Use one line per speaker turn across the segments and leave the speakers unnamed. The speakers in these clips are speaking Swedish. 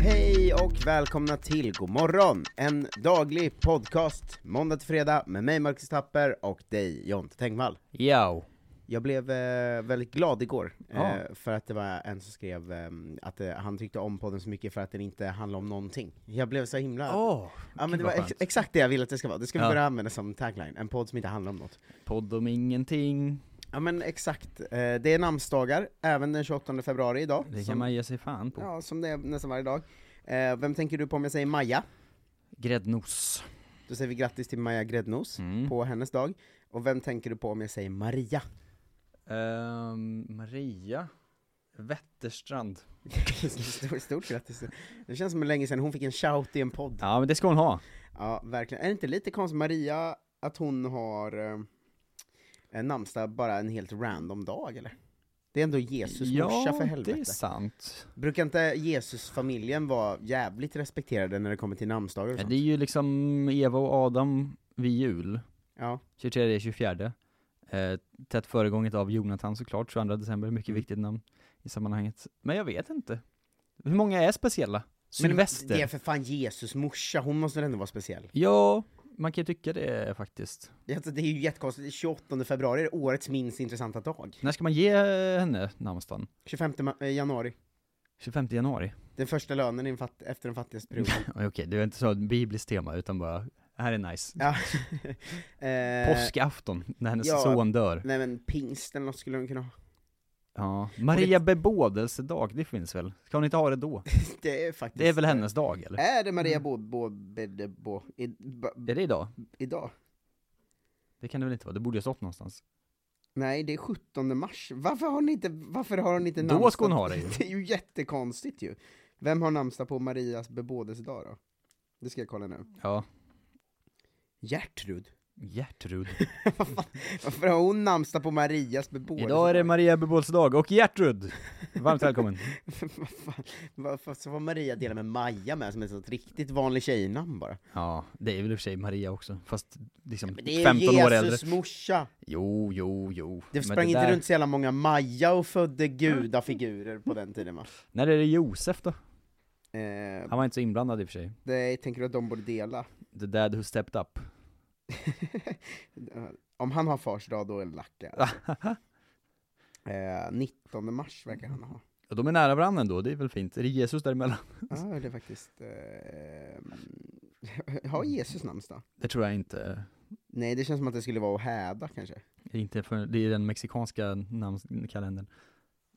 Hej och välkomna till God morgon, En daglig podcast, måndag till fredag, med mig Marcus Tapper och dig Jonte Tengvall.
Yo.
Jag blev eh, väldigt glad igår,
Ja.
eh, för att det var en som skrev eh, att eh, han tyckte om podden så mycket för att den inte handlar om någonting. Jag blev så himla...
Åh,
ja men
gud,
det var
vad
ex-
skönt.
exakt det jag ville att det ska vara, det ska vi
Ja.
börja använda som tagline, en podd som inte handlar om något.
Podd om ingenting.
Ja men exakt, eh, det är namnsdagar, även den 28 februari idag.
Det kan
som,
man ge sig fan på.
ja, som det är nästan varje dag. Eh, vem tänker du på om jag säger Maja?
Gräddnos.
Då säger vi grattis till Maja Gräddnos
Mm.
på hennes dag. Och vem tänker du på om jag säger Maria?
Ehm, Maria Wetterstrand.
stort, stort grattis. Det känns som länge sedan hon fick en shout i en podd. Ja.
Ja, men det ska hon ha.
verkligen. Är det inte lite konstigt, Maria, att hon har eh, en namnsdag bara en helt random dag eller? Det är ändå Jesus morsa för
ja, det
helvete.
är sant.
Brukar inte Jesusfamiljen vara jävligt respekterade när det kommer till namnsdagar och
Ja,
sånt?
det är ju liksom Eva och Adam vid jul.
Ja,
23 24 eh, Tätt föregånget av Jonathan såklart, 22 december, mycket
Mm.
viktigt namn i sammanhanget Men jag vet inte Hur många är speciella? Sylvester?
Men det är för fan Jesus morsa, hon måste väl ändå vara speciell?
Ja, man kan ju tycka det faktiskt
Det alltså, det är ju jättekonstigt, 28 februari är årets minst intressanta dag.
När ska man ge eh, henne namnsdagen?
25 ma- eh, januari,
25 januari?
den första lönen i en fatt- efter den fattigaste perioden.
Oj, Okej, det är inte så ett bibliskt tema utan bara, här är nice
ja. eh,
Påskafton, när hennes
ja.
son dör
Nej men pingst eller något skulle de kunna ha.
Ja, Maria bebådelsedag, det finns väl? Ska hon inte ha det då?
Det är faktiskt...
Det är väl hennes Mm. dag eller?
Är det Maria Bo... Bo... Bo... Bo i, ba,
Är det idag?
idag?
Det kan det väl inte vara? Det borde ju ha stått någonstans
Nej, det är 17 mars. Varför har hon inte, varför har hon inte
Då
namnsdag-
ska hon ha det ju.
Det är ju jättekonstigt ju. Vem har namnsdag på Marias bebådelsedag då? Det ska jag kolla nu.
Ja,
Gertrud?
Gertrud.
Vad fan- Varför har hon namnsdag på Marias bebådelsedag?
Idag är det Maria Bebåls dag och Gertrud! Varmt välkommen.
Vad fan- Varför så får Maria dela med Maja med som ett sånt riktigt vanligt tjejnamn bara?
Ja, det är väl i och för sig Maria också, fast liksom
Men det är
15
ju
år äldre.
Jesus morsa!
Jo, jo, jo.
Det
Men
sprang inte
där-
runt så jävla många Maja och födde gudafigurer på den tiden va?
När är det Josef då?
Eh,
Han var inte så inblandad i och för sig.
nej, tänker du att de borde dela?
The dad who stepped up.
Eh, Om han har fars dag, då är det lack alltså. eh, 19 mars verkar han ha.
Och de är nära varandra ändå, det är väl fint. Är det Jesus däremellan?
Ja, det är faktiskt... Eh, har Jesus namnsdag?
Det tror jag inte.
Nej, det känns som att det skulle vara att häda kanske.
Det är, inte för, det är den mexikanska namnskalendern.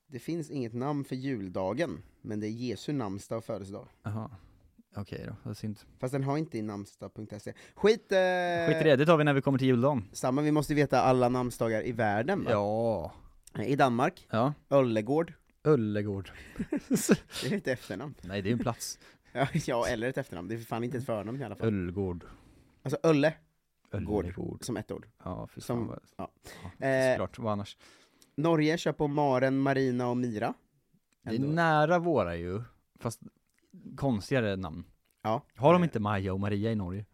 Det finns inget namn för juldagen, men det är Jesu namnsdag och födelsedag.
Jaha. Okej då, vad synd.
Fast den har inte i namnsdag.se. Skit! Eh,
Skit i det, det tar vi när vi kommer till juldagen.
Samma, vi måste veta alla namnsdagar i världen va?
Ja.
I Danmark,
Ja.
Öllegård.
Öllegård.
Det är ett efternamn.
Nej, det är ju en plats.
Ja, Ja, eller ett efternamn. Det är för fan inte ett förnamn i alla fall.
Ölgård.
Alltså Ölle, Gård.
Öllegård.
som ett ord.
Ja, för
Som-
fan vad...
ja.
Ja.
Eh,
såklart, vad annars?
Norge kör på Maren, Marina och Mira.
Det är
Ändå.
nära våra ju, fast konstigare namn.
Ja.
Har de
Eh,
inte Maja och Maria i Norge?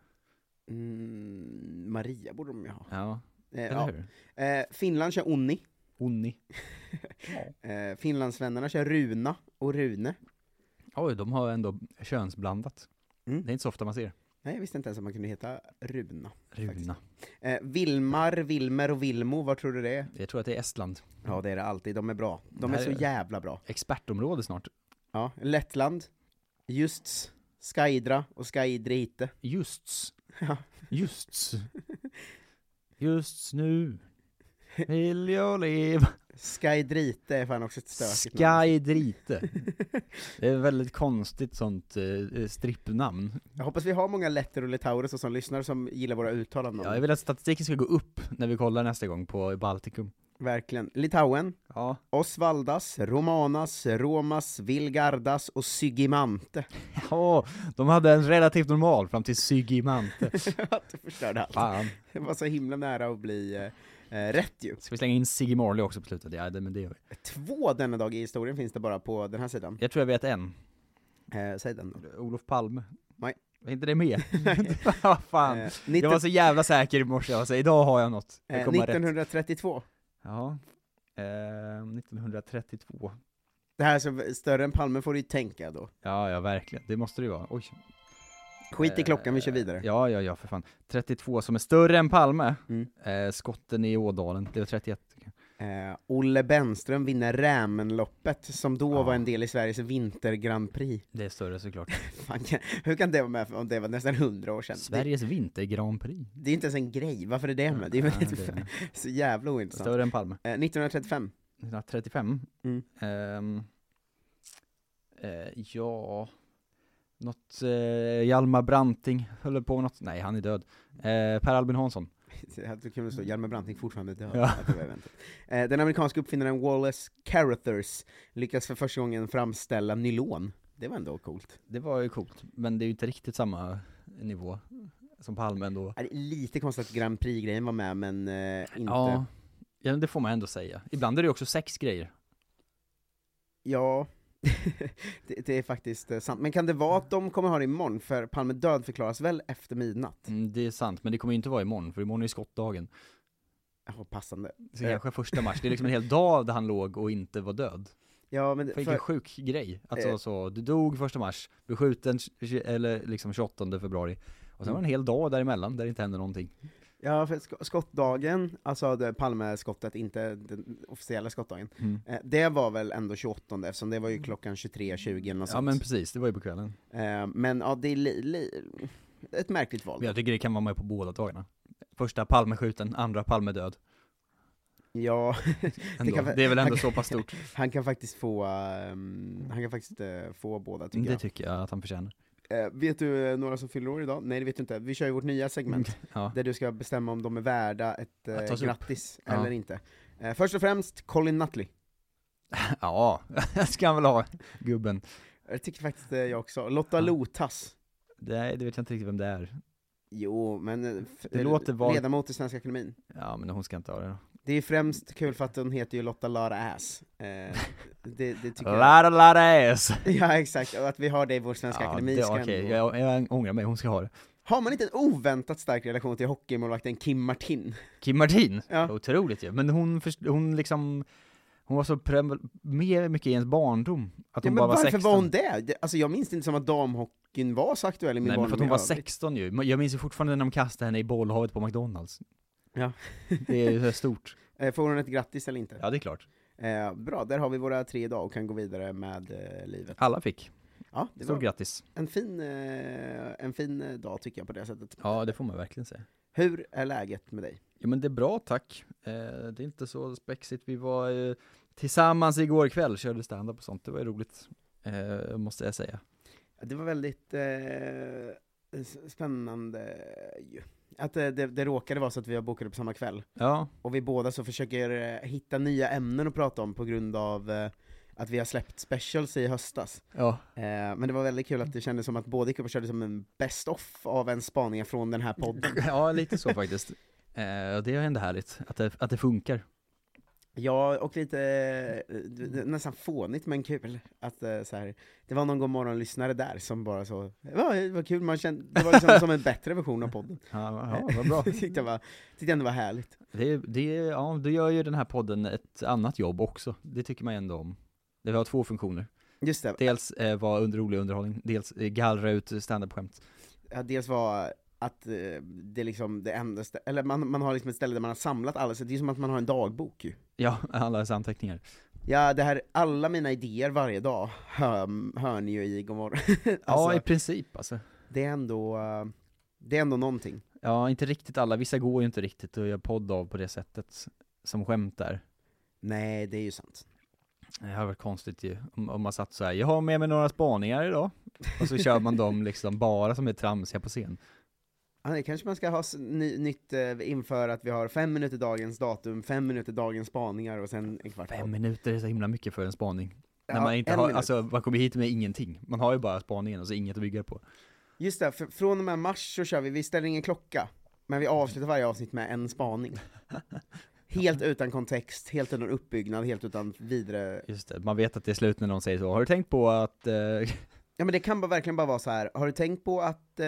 Mm, Maria borde de ju ha.
Ja,
Eh,
eller
ja.
hur?
eh, Finland kör Onni.
Onni.
Eh, Finlandssvennarna kör Runa och Rune.
Oj, de har ändå könsblandat.
Mm.
Det är inte så ofta man ser.
Nej, jag visste inte ens att man kunde heta Runa.
Runa.
Eh, Vilmar, Vilmer och Vilmo, vad tror du det är?
Jag tror att det är Estland.
Ja, det är det alltid. De är bra. De är
Nej,
så
det-
jävla bra.
Expertområde snart.
Ja, Lettland, Justs, Skaidra och Skaidrite.
Justs.
Ja.
Justs. Justs nu vill jag leva.
Skaidrite är fan också ett stökigt namn.
Skydrite. Det är ett väldigt konstigt sånt eh, strippnamn.
Jag hoppas vi har många letter och litaurer så som lyssnar som gillar våra uttal av
Ja, jag
namn.
vill att statistiken ska gå upp när vi kollar nästa gång på Baltikum.
Verkligen. Litauen,
Ja,
Osvaldas, Romanas, Romas, Vilgardas och Sygimante.
ja de hade en relativt normal fram till Sygimante.
du förstörde allt.
Fan.
Det var så himla nära att bli eh, eh, rätt ju.
Ska vi slänga in Siggy Marley också på slutet? Ja, det, men det gör vi.
Två denna dag i historien finns det bara på den här sidan.
Jag tror jag vet en.
Eh, säg den då.
Olof Palme.
Nej.
Är inte det med? Vad fan.
Eh,
Jag
19
var så jävla säker i morse, jag sa idag har jag något. Jag
eh,
kommer ha rätt.
1932.
Ja. Eh, 1932.
Det här är så större än Palme får du ju tänka då.
Ja, ja verkligen. Det måste det ju vara. Oj.
Skit i
Eh,
klockan, vi kör vidare.
Ja, ja, ja för fan. 32 som är större än Palme.
Mm.
Eh, skotten i Ådalen, det var 31.
Eh, Olle Benström vinner Rämenloppet, som då
Ja.
var en del i Sveriges vinter Grand Prix.
Det är större såklart.
Fan, kan- hur kan det vara med om det var nästan hundra år sedan? Det,
Sveriges vinter Grand Prix.
det är inte ens en grej, varför är det med? Det är väl
Ja,
inte-
det är
så jävla ointressant.
Större än Palme.
Eh, 1935.
1935.
Mm.
Ehm, eh, ja, något eh, Hjalmar Branting höll på med något, nej han är död. Eh, per Albin Hansson.
Det hade kunnat stå Hjalmar Branting fortfarande död.
Mm. Ja.
Att det var eventet. Eh, Den amerikanska uppfinnaren Wallace Carothers lyckas för första gången framställa nylon. Det var ändå coolt.
Det var ju coolt, men det är ju inte riktigt samma nivå som Palme ändå.
Ja, det är Lite konstigt att Grand Prix-grejen var med, men eh, inte...
Ja, ja, men det får man ändå säga. Ibland är det ju också sex grejer.
Ja, det, det är faktiskt eh, sant. Men kan det vara att de kommer ha det imorgon? För Palme död förklaras väl efter midnatt?
Mm, det är sant, men det kommer ju inte vara imorgon, för imorgon är ju skottdagen.
Ja, passande.
Så
Eh.
kanske första mars, det är liksom en hel dag där han låg och inte var död.
Ja, men det-
För
för,
vilken sjuk grej, att
Eh.
så, så, du dog första mars, blev skjuten tj- eller liksom 28 februari, och
Mm.
sen var det en hel dag däremellan där det inte hände någonting.
ja, för sk- skottdagen, alltså det Palme-skottet, inte den officiella skottdagen,
Mm.
eh, det var väl ändå 28 eftersom det var ju klockan 23.20 eller något
Ja
sånt.
men precis, det var ju på kvällen.
Eh, men ja, det är li, li, ett märkligt val.
Men jag tycker det kan vara med på båda dagarna. Första Palme skjuten, andra Palme död.
Ja,
Ändå.
kan
Det,
väl-
är väl ändå
han-
så pass stort.
han kan faktiskt få, ehm, han kan faktiskt eh, få båda tycker
Mm, Det
jag.
tycker jag att han förtjänar.
Eh, vet du eh, några som fyller år idag? Nej det vet du inte, vi kör ju vårt nya segment.
Mm, Ja.
där du ska bestämma om de är värda ett
Att
eh,
tas upp.
grattis
Ja.
eller inte. Eh, först och främst Colin Nutley.
ja, det ska han väl ha, gubben.
Jag tycker faktiskt eh, jag också. Lotta
Ja.
Lotas.
Det, det vet jag inte riktigt vem det är.
Jo, men eh, f-
Det låter vagt.
ledamot i Svenska Akademien.
Ja men hon ska inte ha det då.
Det är främst kul för att hon heter ju Lotta Lara Ass. Eh, det, det tycker jag.
Lara Lara ass!
Ja exakt, och att vi har det i vår Svenska Akademi
det-
ska
Okej,
ändå-
jag, jag ångrar mig, hon ska ha det.
Har man inte en oväntat stark relation till hockeymålvakten Kim Martin?
Kim Martin?
Ja.
Otroligt ju, men hon, först- hon liksom Hon var så pre- med mycket i ens barndom Att
Ja,
hon
men
bara var
varför
16
var hon det? det? Alltså jag minns inte som att damhockeyn var så aktuell i min
Nej men för att hon
barndom
var
i övrigt.
16 ju, Men jag minns ju fortfarande när de kastade henne i bollhavet på McDonalds
Ja.
Det är ju så stort
Eh, Får hon ett grattis eller inte?
Ja det är klart,
Eh, bra, där har vi våra tre idag och kan gå vidare med eh, livet.
alla fick,
Ja, det
stort
var
grattis
en fin, eh, en fin eh, dag tycker jag på det sättet.
Ja det får man verkligen säga
Hur är läget med dig?
Jo men det är bra tack, eh, det är inte så spexigt, vi var eh, tillsammans igår kväll, körde standup och sånt, det var ju roligt eh, Måste jag säga
Det var väldigt eh, s- spännande ju. Att eh, det, det råkade vara så att vi var bokade på samma kväll,
Ja,
och vi båda så försöker eh, hitta nya ämnen att prata om på grund av eh, att vi har släppt specials i höstas.
ja,
Eh, men det var väldigt kul att det kändes som att båda gick upp och körde som en best-off av en spaning från den här podden.
ja lite så faktiskt eh, och Det är ändå härligt, att det, att det funkar
Ja, och lite eh, d- d- nästan fånigt men kul. Att, eh, så här, det var någon god morgon-lyssnare där som bara så, ja, det var kul, man kände, det var liksom som en bättre version av podden.
Ja, ja vad bra.
Det tyckte jag var, tyckte jag ändå var härligt.
Det, det, ja, du gör ju den här podden ett annat jobb också. Det tycker man ändå om. Det har två funktioner.
Just det,
Dels eh, vara under rolig underhållning, dels eh, gallra ut standup-skämt.
ja, dels var att eh, det är liksom det enda stä- eller man, man har liksom ett ställe där man har samlat alla, så det är som att man har en dagbok ju.
Ja, alla dessa anteckningar.
Ja, det här, alla mina idéer varje dag hör, hör ni ju i Gomorron.
ja, i
alltså,
princip alltså.
det är ändå, eh, det är ändå någonting.
Ja, inte riktigt alla. Vissa går ju inte riktigt att göra podd av på det sättet, som skämt där.
Nej, det är ju sant.
Det hade varit konstigt ju, om, om man satt så här. jag har med mig några spaningar idag, och så kör man dem liksom bara som är tramsiga på scen.
Ja, det kanske man ska ha s- ny, nytt eh, inför att vi har fem minuter dagens datum, fem minuter dagens spaningar och sen en kvart.
Fem minuter är så himla mycket för en spaning.
Ja,
När man inte
en
har,
minut.
alltså man kommer hit med ingenting. Man har ju bara spaningen och så inget att bygga på.
Just det, för, från och med mars så kör vi, vi ställer ingen klocka, men vi avslutar varje avsnitt med en spaning. Helt utan kontext, helt utan uppbyggnad, helt utan vidare
Just det, man vet att det är slut när någon säger så. Har du tänkt på att... Eh,
Ja men det kan bara, verkligen bara vara så här. har du tänkt på att... Eh...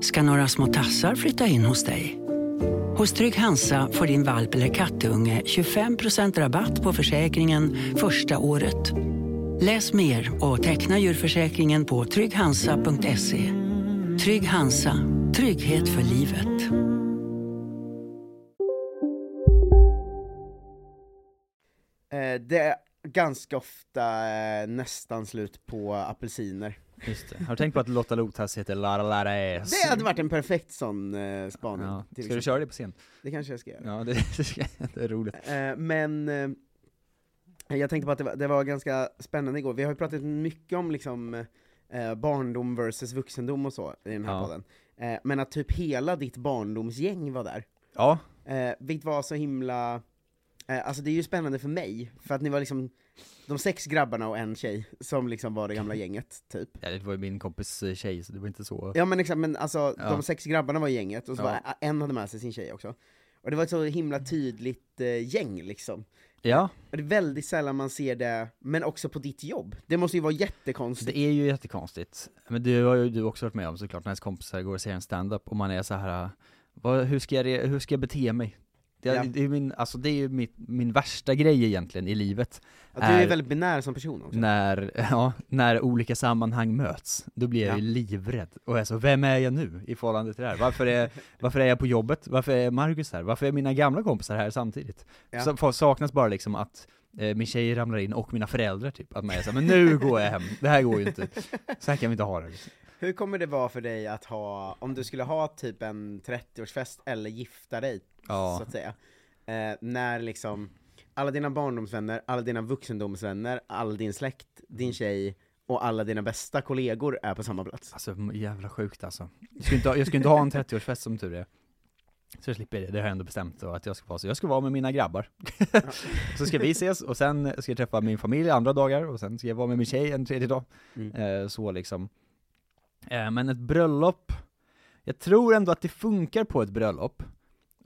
ska några små tassar flytta in hos dig. Hos Trygg Hansa får din valp eller kattunge 25% rabatt på försäkringen första året. Läs mer och teckna djurförsäkringen på trygghansa.se. Trygg Hansa, trygghet för livet.
Eh, det är ganska ofta eh, nästan slut på apelsiner.
just det. Har du tänkt på att Lotta Lotas heter Lara Lares?
Det hade varit en perfekt sån eh, spaning.
Ja.
till
Ska du
exempel.
köra det på scen?
Det kanske jag ska göra.
Ja, det, det är roligt.
Eh, men eh, jag tänkte på att det var, det var ganska spännande igår. Vi har ju pratat mycket om liksom, eh, barndom versus vuxendom och så i den här
Ja.
podden. Eh, men att typ hela ditt barndomsgäng var där.
Ja,
Eh, vilket var så himla, eh, alltså det är ju spännande för mig, för att ni var liksom de sex grabbarna och en tjej som liksom var det gamla gänget, typ.
ja, det var ju min kompis eh, tjej, så det var inte så...
Ja men exakt, men alltså
Ja.
de sex grabbarna var gänget, och så
Ja.
var, en hade med sig sin tjej också. Och det var ett så himla tydligt eh, gäng liksom.
Ja,
Och det är väldigt sällan man ser det, men också på ditt jobb. Det måste ju vara jättekonstigt.
det är ju jättekonstigt. Men det har ju du också varit med om såklart, när ens kompisar går och ser en stand-up och man är så här. eh, Vad, hur, ska jag, re- hur ska jag bete mig? Det,
Ja.
det är ju min, alltså det är ju mitt, min värsta grej egentligen i livet.
Att du är
är-
väldigt binär som person också.
när, ja, när olika sammanhang möts, då blir jag ju livrädd och är så, vem är jag nu i förhållande till det här? Varför är, varför är jag på jobbet? Varför är Marcus här? Varför är mina gamla kompisar här samtidigt?
Ja.
Så, fa- saknas bara liksom att eh, min tjej ramlar in och mina föräldrar typ, att man är så här, men nu går jag hem, det här går ju inte, så här kan vi inte ha det.
Hur kommer det vara för dig att ha, om du skulle ha typ en 30-årsfest eller gifta dig,
Ja.
så att säga. Eh, när liksom alla dina barndomsvänner, alla dina vuxendomsvänner, all din släkt, din tjej och alla dina bästa kollegor är på samma plats.
Alltså jävla sjukt alltså. Jag skulle inte ha, jag skulle inte ha en 30-årsfest som tur är. Så jag slipper det, det har jag ändå bestämt då, att jag ska vara så. Jag ska vara med mina grabbar. så ska vi ses och sen ska jag träffa min familj andra dagar och sen ska jag vara med min tjej en tredje dag.
Mm.
Eh, så liksom. Eh, men ett bröllop, jag tror ändå att det funkar på ett bröllop.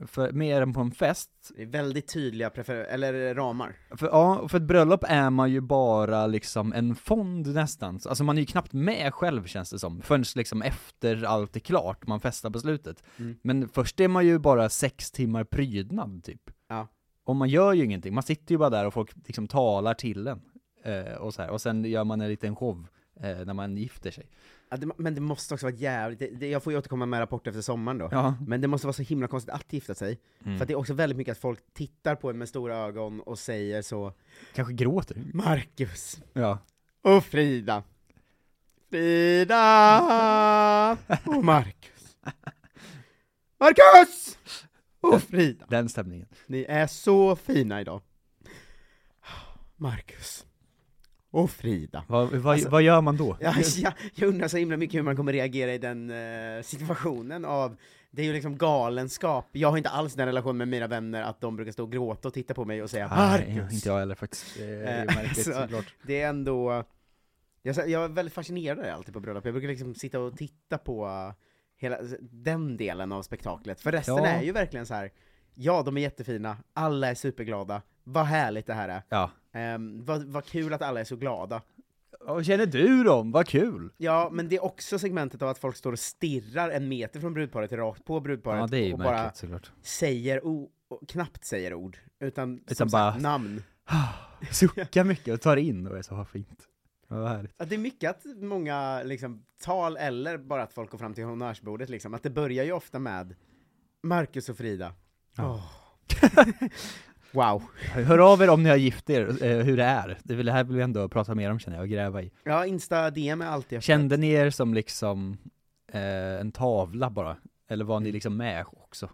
För, mer än på en fest.
Det är väldigt tydliga prefer- eller ramar.
För, ja, för ett bröllop är man ju bara liksom en fond nästan. Så- Alltså man är ju knappt med själv känns det som, förrän liksom efter allt är klart, man festar på slutet.
Mm.
Men först är man ju bara sex timmar prydnad typ.
Ja.
Och man gör ju ingenting, man sitter ju bara där och folk liksom talar till en. Eh, och, så här. och sen gör man en liten show eh, när man gifter sig.
Ja, det, men det måste också vara jävligt, det, det, jag får ju återkomma med rapport efter sommaren då.
Ja.
Men det måste vara så himla konstigt att gifta sig,
Mm.
för att det är också väldigt mycket att folk tittar på en med stora ögon och säger så
Kanske gråter.
Marcus,
Ja.
Och Frida. Frida och Marcus. Marcus! Och Frida.
Den stämningen.
Ni är så fina idag. Marcus. Och Frida.
Vad, vad,
Alltså-
vad gör man då?
Ja, jag, jag undrar så himla mycket hur man kommer reagera i den eh, situationen av Det är ju liksom galenskap. Jag har inte alls den relationen med mina vänner att de brukar stå och gråta och titta på mig och säga
Nej,
Marcus!
inte jag heller faktiskt. Det är
Eh,
märkligt
så-
såklart.
Det är ändå... Jag, sa- jag är väldigt fascinerad alltid på bröllop. Jag brukar liksom sitta och titta på eh, hela den delen av spektaklet. För resten
Ja.
är ju verkligen så här. ja de är jättefina, alla är superglada, vad härligt det här är.
Ja.
Ehm, vad, vad kul att alla är så glada.
Och känner du dem? Vad kul!
Ja, men det är också segmentet av att folk står och stirrar en meter från brudparet rakt på brudparet
Ja, det är ju
och bara
märkligt såklart.
säger o- och knappt säger ord, utan,
Utan
som
bara-
sagt, namn.
Suckar mycket och tar in och är så "Ah, fint. Ja, Vad härligt.
Att det är mycket att många liksom, tal eller bara att folk går fram till honnörsbordet liksom, att det börjar ju ofta med Marcus och Frida. Åh. wow.
Hör av er om ni har gift er, eh, hur det är. Det vill- det här vill vi ändå prata mer om känner jag, och gräva i.
Ja, Insta-DM är alltid öppet.
Kände ni er som liksom eh, en tavla bara? Eller var ni
Mm.
liksom med också?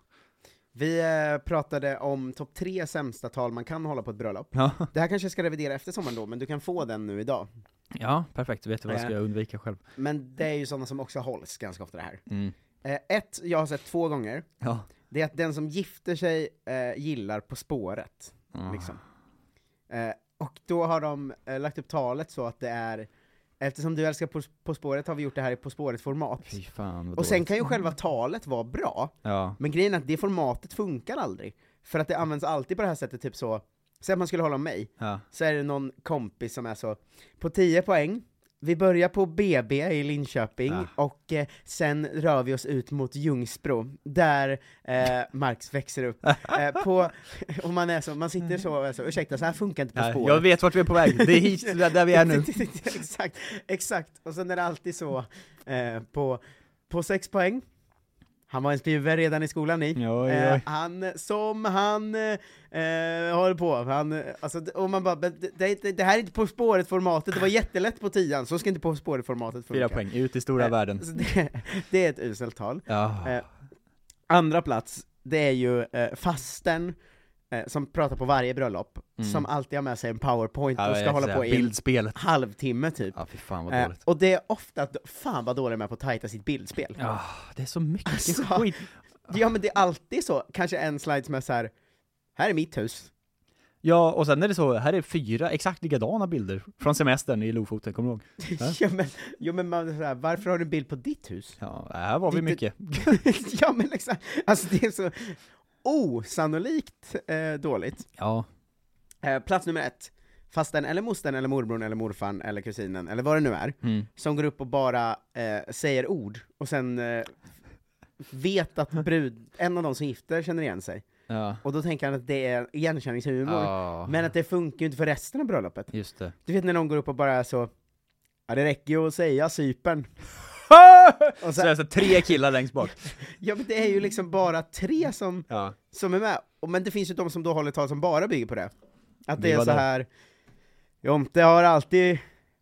Vi eh, pratade om topp tre sämsta tal man kan hålla på ett bröllop.
Ja,
Det här kanske jag ska revidera efter sommaren då, men du kan få den nu idag.
ja perfekt. Du vet vad jag ska
Eh.
undvika själv.
Men det är ju sådana som också hålls ganska ofta det här.
Mm.
Eh, ett, jag har sett två gånger,
Ja.
det är att den som gifter sig eh, gillar På spåret.
Ah.
Liksom. Eh, och då har de eh, lagt upp talet så att det är, eftersom du älskar på, på spåret har vi gjort det här i På spåret-format.
Fy fan vad
Och sen
dåligt.
kan ju själva talet vara bra,
Ja.
men grejen är att det formatet funkar aldrig. För att det används alltid på det här sättet, typ så, säg att man skulle hålla om mig,
Ja.
så är det någon kompis som är så, på 10 poäng, vi börjar på BB i Linköping,
Ah.
och eh, sen rör vi oss ut mot Ljungsbro, där eh, Marx växer upp. Eh, på, och man, är så, man sitter så och är så, ursäkta, så här funkar inte På
Nej,
spåret.
jag vet vart vi är på väg. Det är hit, det är där vi är nu.
exakt, exakt. Och sen är det alltid så, eh, på, på sex poäng, han var en spjuver redan i skolan i.
Oj,
Eh,
oj.
han, som han eh, eh, håller på, han, eh, alltså, d- och man bara, "Men det, det, det- det här är inte På spåret-formatet, det var jättelätt på tian, så ska inte På spåret-formatet funka.
Fyra poäng, ut i stora
Eh,
världen.
Så det, det är ett uselt tal.
Ja.
eh, Andra plats, det är ju eh, fasten eh, som pratar på varje bröllop,
Mm.
som alltid har med sig en powerpoint
Ja,
och ska
jag
hålla
säger,
på i en
Bildspelet.
halvtimme typ.
Ja, fy fan vad
Eh,
dåligt.
och det är ofta, att- fan vad dålig de är på att tajta sitt bildspel.
Ja, det är så mycket
Alltså.
skit.
Ja men det är alltid så, kanske en slide som är så här. här är mitt hus.
Ja, och sen är det så, här är fyra exakt likadana bilder från semestern i Lofoten, kommer du ihåg? Ja.
ja men, jo, men man, är så här, varför har du en bild på ditt hus?
Ja, här var vi
Lite-
mycket.
ja men liksom, alltså det är så osannolikt eh, dåligt.
Ja,
Eh, plats nummer ett, fasten eller mosten eller morbrorn eller morfarn eller kusinen eller vad det nu är,
mm.
som går upp och bara eh, säger ord och sen eh, vet att brud, en av de som gifter känner igen sig.
ja.
Och då tänker han att det är igenkänningshumor.
Ja,
Men att det funkar ju inte för resten av bröllopet.
just det.
Du vet när någon går upp och bara är så Ja det räcker ju att säga Cypern. Och
Så,
så,
så tre killar längst bak.
ja men det är ju liksom bara tre som,
Ja.
som är med. Och- Men det finns ju de som då håller tal som bara bygger på det. Att det
Vi
är
var
så
där.
här Jonte har alltid,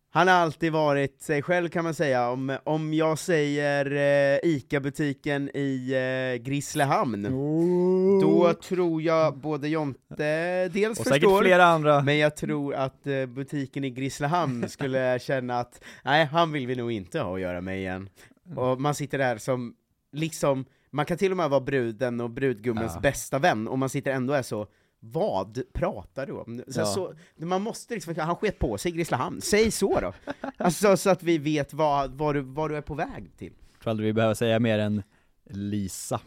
han har alltid varit sig själv kan man säga. Om, om jag säger eh, ICA-butiken i eh, Grisslehamn,
Mm. Oh.
då tror jag både Jonte dels
Och säkert
förstår
flera andra.
Men jag tror att eh, butiken i Grisslehamn skulle känna att nej, han vill vi nog inte ha att göra med igen. Och man sitter där som, liksom, man kan till och med vara bruden och brudgummens
Ja.
bästa vän, och man sitter ändå och är så vad pratar du om? Så,
Ja.
så, man måste liksom, han sket på sig i Grisslehamn, säg så då! Alltså så att vi vet vad, vad, du, vad du är på väg till.
Tror aldrig vi behöver säga mer än Lisa.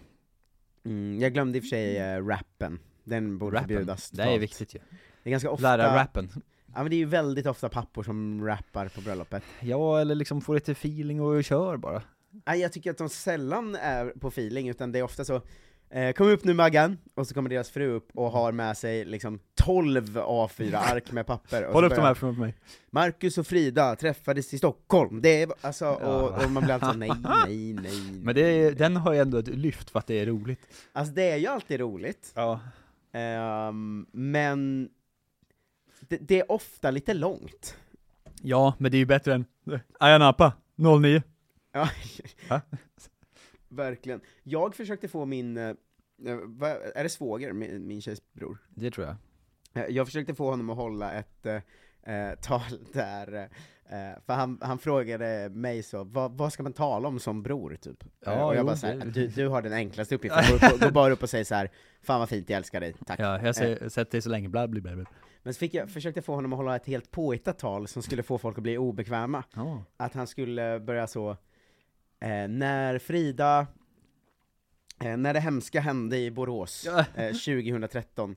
Mm, jag glömde i och för sig eh, rappen, den borde
Rappen.
förbjudas
Det är
totalt.
viktigt ju.
Det är ganska ofta,
Lära rappen.
ja, men det är ju väldigt ofta pappor som rappar på bröllopet.
Ja, eller liksom få lite feeling och kör bara.
Nej, jag tycker att de sällan är på feeling, utan det är ofta så eh, Kom upp nu Maggan, och så kommer deras fru upp och har med sig liksom 12 A4-ark med papper och
Håll
så
upp de
börjar-
här från mig.
Marcus och Frida träffades i Stockholm, det är, alltså, och,
Ja.
och man blir alltså nej, nej, nej
Men det är, den har ju ändå ett lyft för att det är roligt.
Alltså det är ju alltid roligt,
Ja.
ehm, men det, det är ofta lite långt
Ja, men det är ju bättre än eh, Ayanapa 09.
Ja,
Va?
verkligen. Jag försökte få min, eh, eh, vad- är det svåger, min, min tjejs bror?
Det tror jag.
Eh, Jag försökte få honom att hålla ett eh, eh, tal där Eh, för han, han frågade mig så, vad, vad ska man tala om som bror? Typ.
Ja,
Eh, och jag
jo,
bara så här,
det-
du, du har den enklaste uppgiften, gå, gå, gå bara upp och säg så här, fan vad fint, jag älskar dig, tack.
Ja, jag
Eh.
säger, sätt dig så länge, bla bla bla. bla.
Men så fick jag, försökte jag få honom att hålla ett helt påhittat tal som skulle få folk att bli obekväma.
Ja.
Att han skulle börja så, eh, när Frida, eh, när det hemska hände i Borås
Ja.
eh, 2013,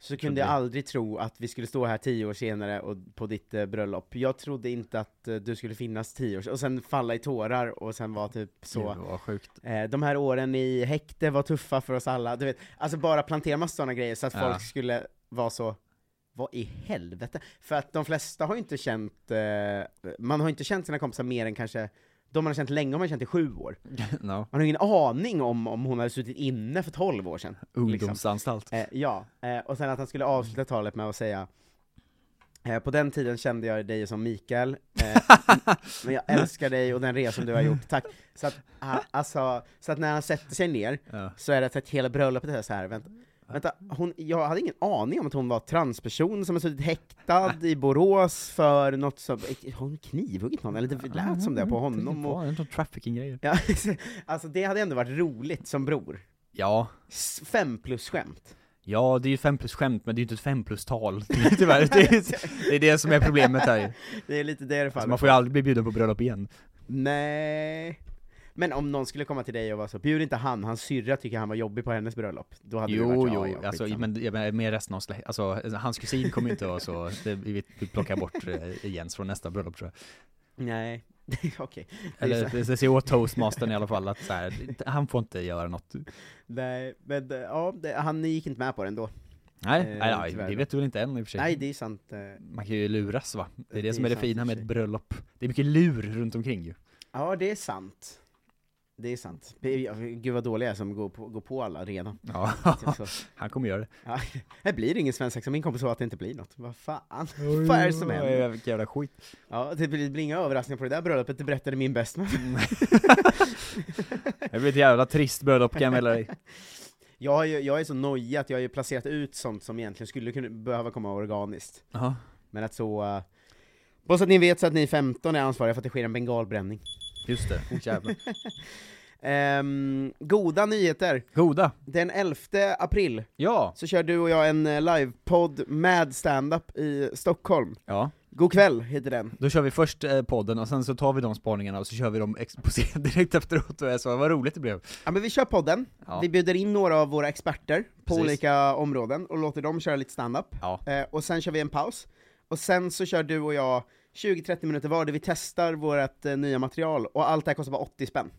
så kunde jag aldrig tro att vi skulle stå här tio år senare och på ditt eh, bröllop. Jag trodde inte att eh, du skulle finnas tio år s- och sen falla i tårar och sen vara typ så.
Gud, vad sjukt.
Eh, de här åren i häkte var tuffa för oss alla, du vet, alltså bara plantera massa sådana grejer så att
Ja.
folk skulle vara så, vad i helvete? För att de flesta har ju inte känt, eh, man har inte känt sina kompisar mer än kanske, de man har känt länge har man känt i sju år.
no.
Man har ingen aning om, om hon hade suttit inne för tolv år sedan. liksom.
Ungdomsanstalt.
Eh, ja, eh, och sen att han skulle avsluta talet med att säga eh, På den tiden kände jag dig som Mikael, eh, men jag älskar dig och den resan du har gjort, tack. Så att, ah, alltså, så att när han sätter sig ner
Ja.
så är det så att hela bröllopet är så här, vänta. Vänta, hon, jag hade ingen aning om att hon var transperson som har suttit häktad i Borås för något som, eh, har hon knivhuggit någon? Eller det lät som det på honom och,
Ja, det är någon trafficking-grejer.
ja, Alltså det hade ändå varit roligt som bror.
Ja.
S- Fem plus skämt.
Ja, det är ju fem plus skämt, men det är ju inte ett fem plus tal, tyvärr. Det är, det är det som är problemet här ju.
Det är lite det det
alltså,
faller
Man får ju aldrig bli bjuden på bröllop igen.
Nej. Men om någon skulle komma till dig och vara så, bjud inte han, hans syrra tycker han var jobbig på hennes bröllop. Då hade du
Jo,
varit
jo, alltså, men jag menar, med resten av slä- alltså hans kusin kommer ju inte vara så, det, vi, vi plockar bort eh, Jens från nästa bröllop tror jag.
Nej, okej. Det är
Eller
så-
det, det ser åt toastmastern i alla fall att så här, han får inte göra något.
Nej, men eh, ja, det, han gick inte med på den då.
Nej,
Eh,
nej, nej
tyvärr.
det vet du väl inte än i och för sig.
Nej, det är sant. eh.
Man kan ju luras va? Det är det,
Det
som
är
är det
sant i
fina
och
med
för sig.
ett bröllop. Det är mycket lur runt omkring ju.
Ja, det är sant. Det är sant. Det är- ja, Gud vad dålig jag är som går på, går på alla redan.
Ja,
Typ så.
han kommer göra det.
Ja, här blir det ingen svensexa, min kompis sa att det inte blir något. Vad fan? Vad är det som händer?
Ja, Vilken jävla skit.
Ja, det blir, det blir inga överraskningar på det där bröllopet, det berättade min bästman.
Det blir ett jävla trist bröllop kan jag meddela dig.
Jag, har ju, jag är så nojig att jag har ju placerat ut sånt som egentligen skulle kunna behöva komma organiskt.
Ja.
Men att så... eh, Bara så att ni vet så att ni 15 är ansvariga för att det sker en bengalbränning.
Just det, oh, jävlar.
Ehm, goda nyheter!
Goda!
Den 11 april
Ja!
så kör du och jag en eh, livepodd med stand-up i Stockholm.
Ja,
God kväll heter den.
då kör vi först eh, podden och sen så tar vi de spaningarna och så kör vi dem ex- på scen direkt efteråt och är så, vad roligt det blev.
Ja men vi kör podden,
Ja.
vi bjuder in några av våra experter på
Precis.
olika områden och låter dem köra lite stand-up.
Ja.
Eh, och sen kör vi en paus, och sen så kör du och jag 20-30 minuter var där vi testar vårt eh, nya material, och allt det här kostar bara 80 spänn.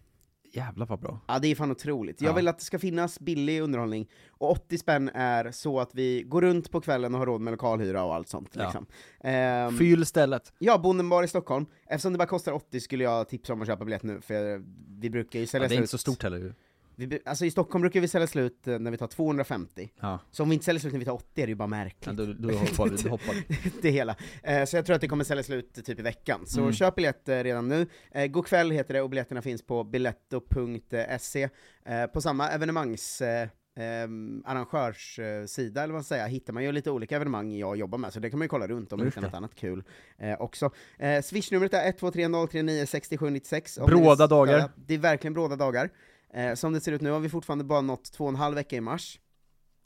Jävlar vad bra.
Ja det är fan otroligt. Jag
Ja.
vill att det ska finnas billig underhållning, och 80 spänn är så att vi går runt på kvällen och har råd med lokalhyra och allt sånt.
Ja.
Liksom. Ehm,
Fyll stället.
ja, Bonden bar i Stockholm. Eftersom det bara kostar 80 skulle jag tipsa om att köpa biljett nu, för vi brukar ju
Ja, det
sälja
är inte
slut.
så stort heller ju.
Vi, bru- alltså i Stockholm brukar vi sälja slut eh, när vi tar 250,
Ja.
så om vi inte säljer slut när vi tar 80 är det ju bara
Ja,
märkligt.
då, då hoppar vi, då hoppar vi.
det hela. Eh, Så jag tror att det kommer sälja slut typ i veckan, så
Mm.
köp biljetter redan nu. Eh, God kväll heter det och biljetterna finns på biletto.se. Eh, På samma evenemangs eh, ehm, arrangörssida eller vad man ska säga, hittar man ju lite olika evenemang jag jobbar med, så det kan man ju kolla runt om och
Just
hitta
det.
något annat kul eh, också. Eh, Swishnumret är 123-039-6796. Om ni vill
Bråda
stödja-
dagar.
Det är verkligen bråda dagar. Eh, Som det ser ut nu har vi fortfarande bara nått två och en halv vecka i mars.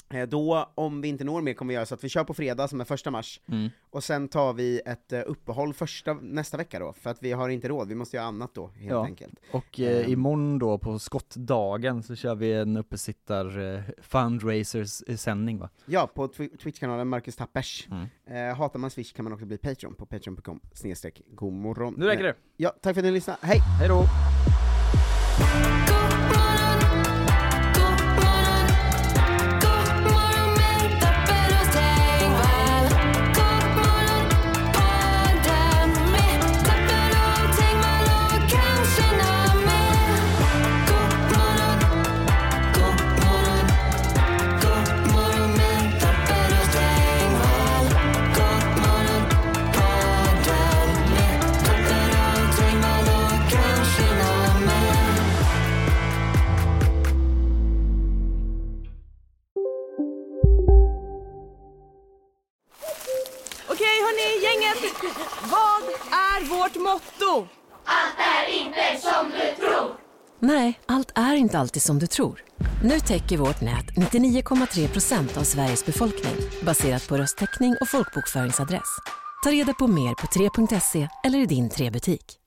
Eh, Då, om vi inte når mer, kommer vi göra så att vi kör på fredag som är första mars,
Mm.
och sen tar vi ett eh, uppehåll första, nästa vecka då, för att vi har inte råd, vi måste göra annat då helt
Ja.
enkelt.
Och eh, imorgon då på skottdagen så kör vi en uppesittar eh, fundraisers-sändning va?
Ja, på tw- Twitch-kanalen Marcus Tappers.
Mm.
Eh, hatar man Swish kan man också bli Patreon på patreon.com snedstreck godmorgon.
Nu räcker
Eh,
det!
Ja, tack för att ni lyssnade, hej!
Hej då!
Kanske någon Hörni, gänget! Vad är vårt motto?
Nej, allt är inte alltid som du tror. Nu täcker vårt nät 99,3 procent av Sveriges befolkning baserat på röstteckning och folkbokföringsadress. Ta reda på mer på 3.se eller i din 3-butik.